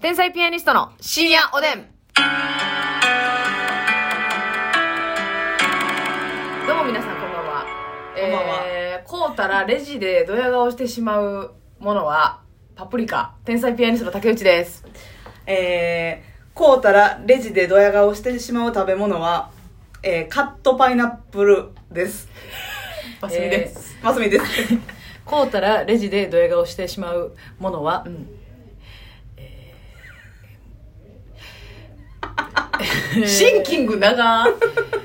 天才ピアニストの深夜おでん。どうも皆さんこんばんは。こんばんはえー、こうたらレジでドヤ顔してしまうものは、パプリカ、天才ピアニストの竹内です。えー、こうたらレジでドヤ顔してしまう食べ物は、えー、カットパイナップルです。バスミです。えー。マスミです。こうたらレジでドヤ顔してしまうものは、うんえーシンキング長あー、それは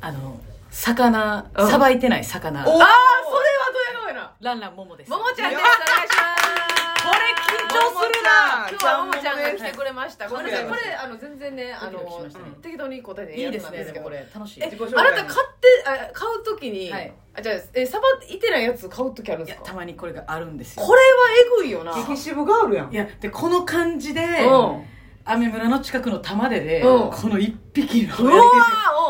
あの魚うんさばいてない魚おドヤ顔やな。ランランモモですももちゃんです。お願いします。これ緊張するな今日はももちゃんが来てくれました。ごちゃめんんもなねさい、これ、あの、全然ね、あのドキドキしましたね、適当に答えていやいっでたすんねですでけど、もこれ楽しいえ、自己紹介あなた買って、あ買うときに、はいあ、じゃあ、え、さばいてないやつ買うときあるんいでやすたかまにこれがあるんですよこれはえぐいよな。激渋ガールやんい。やでこの感じでうん雨村の近くの玉出でうんこの一匹のうわー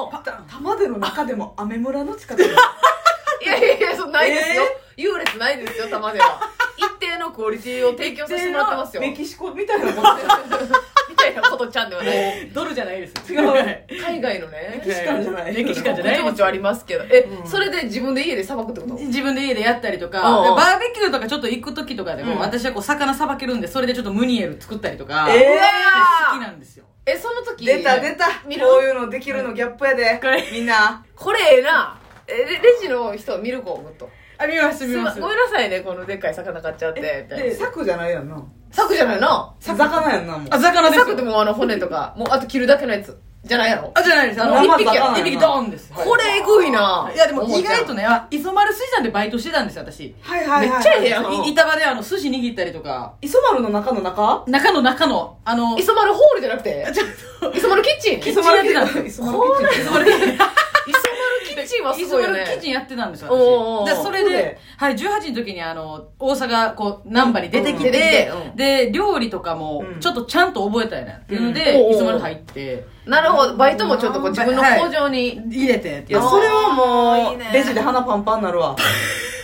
お玉手の中でも雨村の近くで。いやいやいや、そんなないですよ。優劣ないですよ、たまでは。一定のクオリティを提供させてもらってますよ。メみキシコみたいなこと たいなことちゃんではない。ドルじゃないです違う海外のねメ。キシカンじゃないメキシカンじゃない情緒ありますけど。え、それで自分で家でさばくってこと自分で家でやったりとかうんうんバーベキューとかちょっと行く時とかでも、うん私はこう魚さばけるんでそれでちょっとムニエル作ったりとか、えーうわー好きなんですよえ、その時。出た出た。見るこういうのできるのギャップやでこれ。みんな。これええな。え、レレジの人は見る子をぐっと。あ見ますす見まますごめんなさいね、このでっかい魚買っちゃって。みたいで、な柵じゃないやんな。柵じゃないな。魚やんな、もう。あ魚ですよ柵でもあの骨とか、もうあと切るだけのやつ。じゃないやろ。あ、じゃないです。あの、生一匹魚や、や一な匹ドーンです。これえぐいな。いや、でも思っ意ちゃう外と。ね、あ磯丸水産でバイトしてたんですよ、私。いはいはいはい。めっちゃええやん板場であの、寿司握ったりとか、磯丸の中の中中の中の、あの、磯丸ホールじゃなくて、ちょっと、磯丸キッチンキッチ磯 ン磯丸キッチン。磯丸キッチン。それで、丸キッチンはす磯ごいよ丸ね。キッチンやってたんですよ、おーおーおー私。で、それそうでで、はい、18の時にあの、大阪、こう、難波に出てきうん出てきててう、んで、料理とかもう、んちょっとちゃんと覚えたやな。いうのうんおうおで、う磯丸入って、なるほど。バイトもちょっとこう自分の工場に。入れて、いや、あーそれはも、いいうねレジで鼻パンパンになるわ。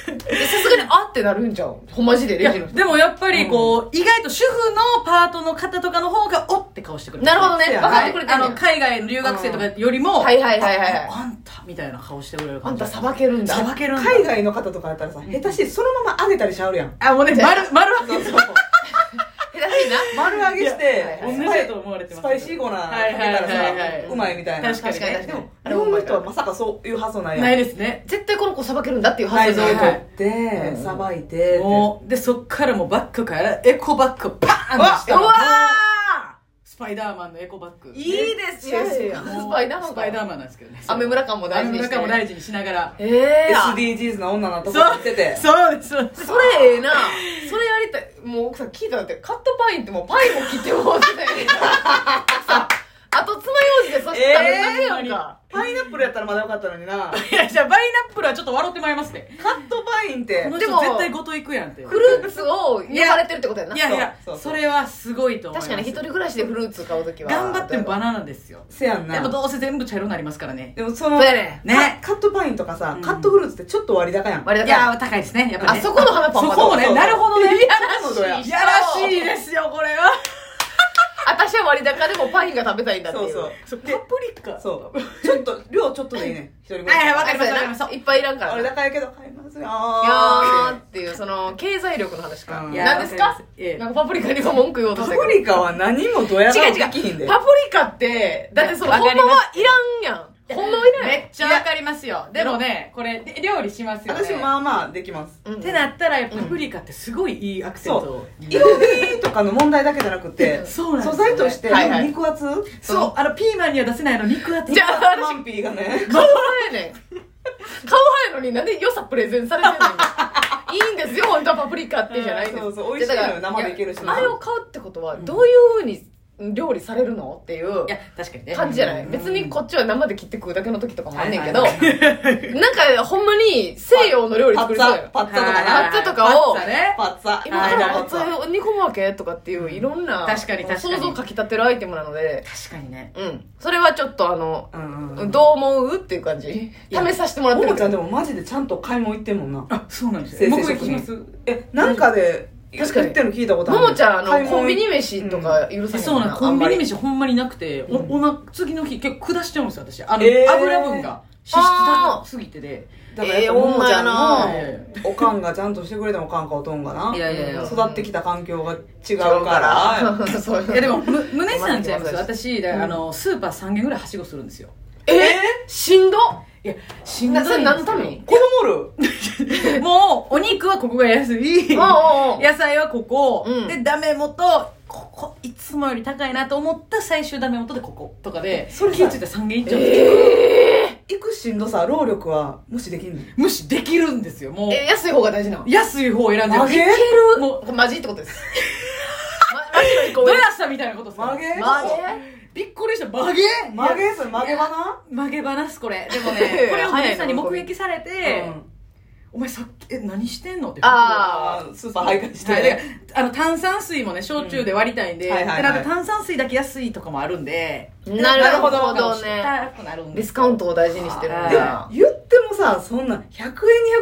でさすがにあってなるんじゃん。ほんまじでいレやジの人。でもやっぱりこう、意外と主婦のパートの方とかの方がおって顔してくれるなるほどね。そう分やかなっはていくれてあんねのん海外の留学生とかよりも、はいはいはいはいはいああんたみたいな顔してくれるあ感んじたさばけるんだ。さばけるんだ海外の方とかやったらさ、下手してそのまま揚げたりしはるや ん。あもうね丸丸はそうそう。下手しいな。丸揚げしいやて、同じスパイだと思われてますスパイシーゴなかはいけはいたらはいはいさ、うまいみたいな。確か確にねかに確かにでも、あ日れう本まいかの人らはまさかそういう発想ないやん。ないですね絶対この子さばけるんだっていう発内臓想をと。取っいて、さばいて、もうでそっからもうバッグからエコバッグパーン出しうたわスパイダーマンのエコバッグーいいですよ。いやいやスパイダーマンスパイダーマンなんですけどね雨村感も大事にして雨村感も大事にしながらええや SDGs な女のとこそ行うってて。そうですそうですそれええな。それやりたい。もう奥さん聞いたんだって、カットパインってもうパイも切ってもらってたよねさあと爪楊枝で刺したらだけやんか。パイナップルやったらまだよかったのにな。いやじゃあバイナップルはちょっと笑ってまいりますねカットパインっこての、で人も絶対ごと行くやんって。フルーツを呼ばれてるってことやないやいやそうそうそれはすごいと思いま確すかに一人暮らしでフルーツ買うときは。頑張ってもバナナですよせやんでもな。どうせ全部茶色になりますからねでもその、そうやねねカカットパインとかさうん、カットフルーツってちょっと割高やん。割いりやだー高いですねやっぱあねそこの花パンそパンこもねなるほどねいやなのどやいいややらしいですよこれは私は割高でもパインが食べたいんだっていそうう。そう。パプリカそう。ちょっと、量ちょっとでいいね。一人暮らはいし。はいわかりましたあわかりましたそうやないっぱいいらんからな。俺いや高いけど買いますよーーっていう、その、経済力の話か。うん何ですかいやなんかパプリカにも文句言おうとパしたけど。プリカは何もドヤ顔違うできひ違んう。でパプリカって、だってその、わほかんりまますはいらんやん。ほんまはいらんやんめっちゃわかりますよでもねこれで料理しますよね私まあまあできますうん。ってなったらやっぱパプリカってすごいいいアクセント色味とかの問題だけじゃなくてそうなん素ですよ材ねとしてはいはい肉厚そうあのピーマンには出せないあの肉厚じゃあ、マンピーがね顔派やねん。顔派やのになんで良さプレゼンされてんの今いいんですよ、本当はパプリカってじゃないんです。うんそうそう美味しいのよやだから生でいけるしやあれを買うってことは、どういうふうに料理されるのっていういや確かにね感じじゃない。うん別にこっちは生で切って食うだけの時とかもあんねんけど、はなんいはかほんまに西洋の料理パ作ッりツそうやァんパッツァとかはいねパッツァとかをパッパッツァねツァ今からはいパッツァを煮込むわけとかっていういろんな確かに確かに想像をかき立てるアイテムなので、確かにねうん。それはちょっとあの、うんどう思うっていう感じや試させてもらっもてるもけちゃどんでもマジでちゃんと買い物行ってんもんなあそうなんです生よ成僕行食き品ますえなんかで確かに言ってるの聞いたことあもるもちゃんあ買いの物コンビニ飯とか許さへんそうもんなのあコんンビまりニ飯ほんまになくて、おおな次の日結構下しちゃうんですよ私あの、えー油分が脂質高すぎてでだからやっぱええももちゃん女のやおかんがちゃんとしてくれたおかんかおとんがないやいやいや育ってきた環境が違うからら そういいやでもむ胸さんちゃいます私だからうんあのスーパー3軒ぐらいはしごするんですよえしんどいやしんどないんでそすれよ何のために子供おるもうお肉はここが安いおうおうおう野菜はここ、うんでダメ元ここいつもより高いなと思った最終ダメ元でこことかでそれさ気ぃ付いたら3軒いっちゃうんですよ、え行くしんどさ労力は無視できんの無視できるんですよもうーえ安い方が大事なの安い方を選んで曲げいけるもうこれマジってことです まマジの一個ど上やしたみたいなことさ曲げマジびっくりした曲げ曲げそれ曲げ花曲げ話これでもいやいねやこれを早い皆なさんに目撃されて、うんお前さっきえ何してんのってああースーパー徘徊してはい、だからあの炭酸水もね焼酎で割りたいんで,、うんはいはいはいでなんか炭酸水だけ安いとかもあるんでなるほどね高くなるんデでィすスカウントを大事にしてるんでだは言ってもさそんな100円200円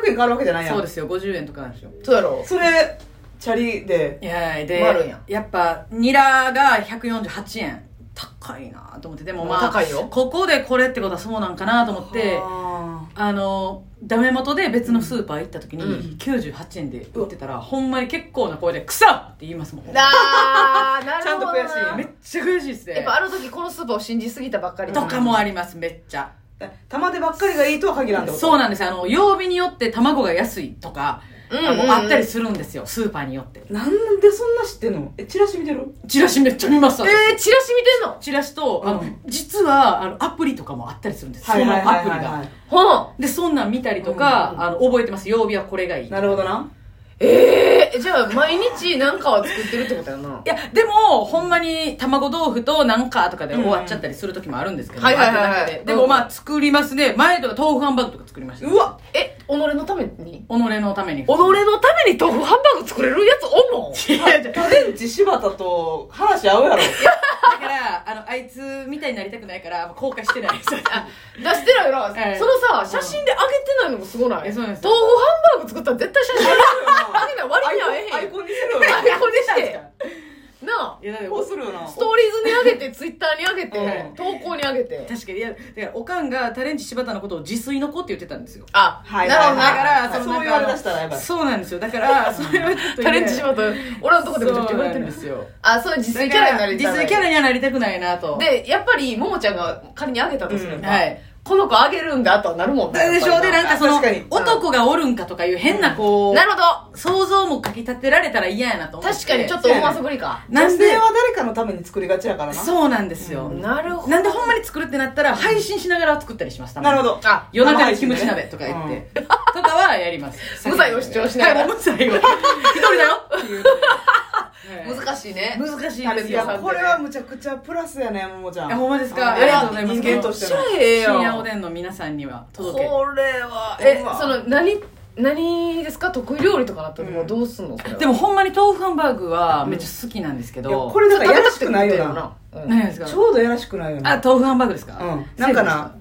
変わるわけじゃないやんそうですよ50円とかなんですよそうやろそれチャリでいやいで割るんややっぱニラが148円高いなと思ってでもまあ高いよここでこれってことはそうなんかなと思ってああのダメ元で別のスーパー行った時に、うん98円で売ってたら、ほんまに結構な声で「臭っ!」って言いますもんあーなるほどなちゃんと悔しいめっちゃ悔しいですやっねぱあの時このスーパーを信じすぎたばっかりとかもありますめっちゃー玉でばっかりがいいとは限らんってことそうなんですよあの曜日によって卵が安いとか、うんあのあったりすするんですよスーパーによってなんでそんな知ってんのえチラシ見てるチラシめっちゃ見まするえー、チラシ見てんのチラシと、あのうん実はあのアプリとかもあったりするんです、そのアプリが。ほんで、そんなん見たりとか、うんあの覚えてます、曜日はこれがいい。いなるほどなえー、じゃあ毎日なんかは作ってるってことやなや、でも、ほんまに卵豆腐となんかとかで終わっちゃったりする時もあるんですけど、はいはいはいはいあとだけででもまあ、作りますね。前とか豆腐ハンバーグとか作りました。己うわえ己のためにのために。己のために豆腐ハンバーグ作れるやつおんのいやだか家電地柴田と話合うやろら、あの、あいつみたいになりたくないから、後悔してないです。あ出してないな、はいそのさ写真で上げてないのもすごないえそうなんですよ豆腐ハンバーグ作ったら絶対写真上げない割に合えへんアイやんコンにするよアイコンにしていなあや、だってこうするよなストーリーズに上げてツイッターに上げてうん投稿に上げて確かに、いや、だから、おかんがタレンジ柴田のことを自炊の子って言ってたんですよ。あ、はいなるほどだなかはいら、そのそう言われだしたらやばいそうなんですよだからそれはちょっとねタレンジしまった俺のとこでめちゃくちゃそう言われてなんるんでですすよあそう自炊キャラになりたい実際キャラにはなりたくないなとでやっぱりももちゃんが仮にあげたとすれば、うんはいこの子あげるんだとはなるもんでしょでなんかその確かに男がおるんかとかいう変なこうなるほ想像もかき立てられたら嫌やなとど思って確かにちょっと思わせぶりかな女ん性では誰かのために作りがちやからなそうなんですよなるほどなんでほんまに作るってなったら配信しながら作ったりしますたまなにるほどあ夜中にキムチ鍋とか言って、とかはやります無罪を主張しながらはいもう無罪を一人だよっていうはい難しいね難しいタレでンすジい屋よさんやこれはむちゃくちゃプラスやねももちゃんあほんまですかうんありがとうございます人間としてのめっちゃええやん深夜おでんの皆さんには届けこれはえうわその何何ですか得意料理とかなったらもううんどうすんのそれはでもほんまに豆腐ハンバーグはめっちゃ好きなんですけど、いやこれだからやらしくないよな食べたくて食ってるよな、うん何がですかちょうどやらしくないよあな豆腐ハンバーグですか、うんなんかな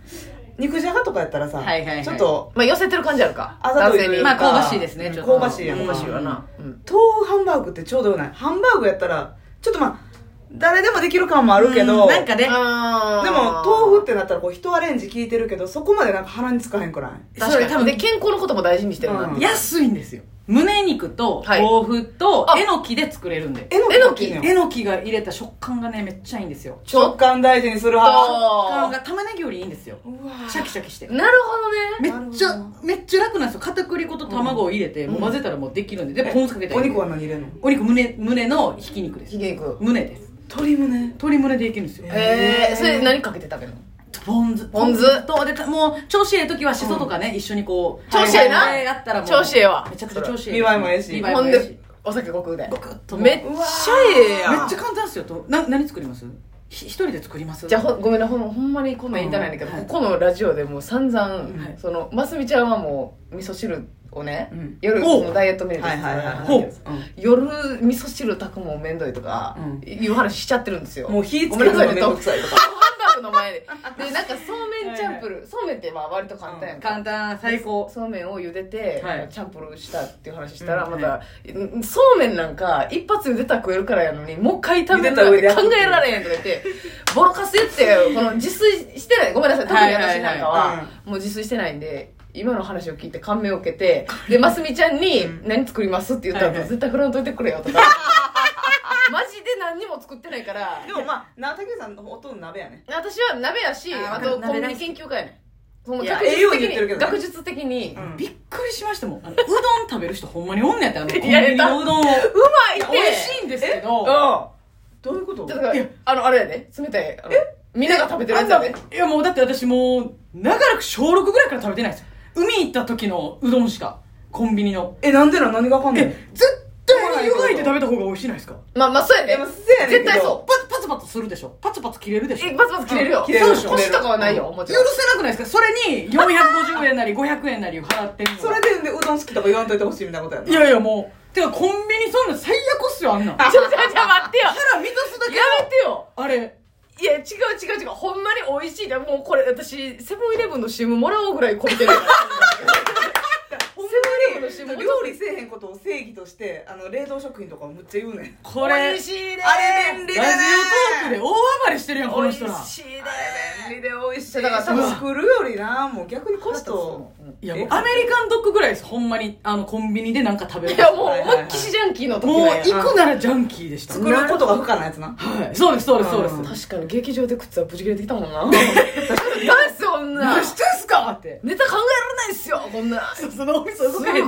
肉じゃがとかやったらさはいはいはいちょっとまあ寄せてる感じあるかあざと男性いといにうまかあ香ばしいですねうんちょっと香ばしいやん香ばしいわうんな、うん豆腐ハンバーグってちょうどよないハンバーグやったらちょっとまあ誰でもできる感もあるけどうんなんかねあーでも豆腐ってなったらこう一アレンジ効いてるけどそこまでなんか腹につかへんくないそ確れか多に分で健康のことも大事にしてるな、うん安いんですよ胸肉とはい豆腐とあえのきで作れるんでえのきえのきっていうのえのきが入れた食感がねめっちゃいいんですよちょ食っ感大事にする派食感とが玉ねぎよりいいんですようわシャキシャキしてなるほどめねっちゃめっちゃ楽なんですよ片栗粉と卵を入れて、もう混ぜたらもうできるんででポン酢かけてお肉は何入れるのお肉胸胸のひき肉ですひげ肉胸です鶏胸鶏胸でいけるんですよえー、それ何かけて食べるのポン酢ポン酢とでもう調子ええ時はしそとかね、一緒にこう調子ええなはいはいはいやったらもう調子ええわめちゃくちゃ調子ええ見栄えもええし見栄はえほもんええしでお酒ごくでごくっともうめっちゃええやんうわめっちゃ簡単ですよとな何作りますひ一人で作りますじゃあほごめんなほんほんまにこんなん言いたないんだけど、うんはいここのラジオでもう散々、いそのますみちゃんはもう味噌汁をね、うん夜おうそのダイエットメニューはいですかはいら、はいほううん夜味噌汁炊くのもめんどいとか、うんいう話しちゃってるんですよもう火つごけめんるなさいのめねとんどハンくさいとかバーグの前で。で、なんかそうめんチャンプルー。そうめんってまあ割と簡単やんか。簡単最高そうめんを茹でて、はいチャンプルーしたっていう話したら、うんまた、うんそうめんなんか一発茹でたら食えるからやのにもう一回炒めるな茹んでてた考上でえられへんとか言ってボロカス言ってこの自炊してないごめんなさい特には私いはいはないんかはもう自炊してないんで。今の話を聞いて感銘を受けて、で、ますみちゃんにうん、何作りますって言ったら、はいはい絶対フランといてくれよとか。 マジで何にも作ってないから。でもまあな竹内さんのほとんど鍋やね私は鍋やし、あーあとコ鍋ンビ大ニ好き研究家やねん。もういや学術栄養に的言ってるけに、どね学術的に、うんびっくりしましたもんあのうどん食べる人ほんまにおんねやってあのコンビニやれたのうどんをうまいって美味しいんですけどうん。どういうことだから、あの、あれやで、冷たい。あのみんなが食べてるやつやで。いやもうだって私もう長らく小6ぐらいから食べてないですよ海行った時のうどんしかコンビニのえなんでなん何がわかんないのえ絶対湯がいて食べた方が美味しいないですかまあまあ、そうやえでまあ。せやねんけ絶ど対そパツパツパツするでしょパツパツ切れるでしょえ、バツバツ切れるよ。切れるそう腰とかはないよ、も許ちせろん。なくないですかそれに450円なり500円なり払ってんのそれででうどん好きとか言わんといてほしいみたいなことやないやいやもうてかコンビニそんな最悪っすよあんなんちょ、ちょ、ちょ、待ってよ。腹満たすだけやめてよ。あれいや、違う違う違う。ほんまに美味しいで。もうこれ、私、セブンイレブンの CM もらおうぐらいこび てるから。セブンイレブンの CM もらおう料理せえへんことを正義としてあの冷凍食品とかむっちゃ言うねんこれ美味しいで。あれ便利ラジオトだねークで大暴れしてるやんこの人美ら味しいで。あれ便利で美味しいだから多分作るよりなもう逆にコストいやもうアメリカンドッグぐらいですほんまにあのコンビニでなんか食べるいや、もう、思いっきしジャンキーの時もうなんや行くならジャンキーでした作ることが不可なやつなはいそうですそうですそうですうん確かに劇場で靴はぶち切れてきたも んな。ダメっすよ、女。何してんすかってネタ考えられないっすよこんなそうそのお店すすごごいいやや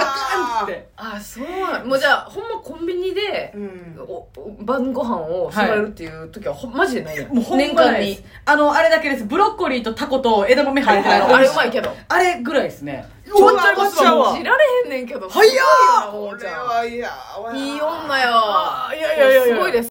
あかんっつっかんっててあそうなんもうじゃあほんまコンビニで、うんおお晩ご飯を揃えるっていう時は、ほんマジでないやんもうほんま年間ないでにすあのあれだけですブロッコリーとタコと枝豆入ってないはあれうまいけどあれぐらいですねうわちゃうわ信じられへんねんけどはいよすごいよなもう俺じゃあはいやいい女よあーいやいやいやいやすごいです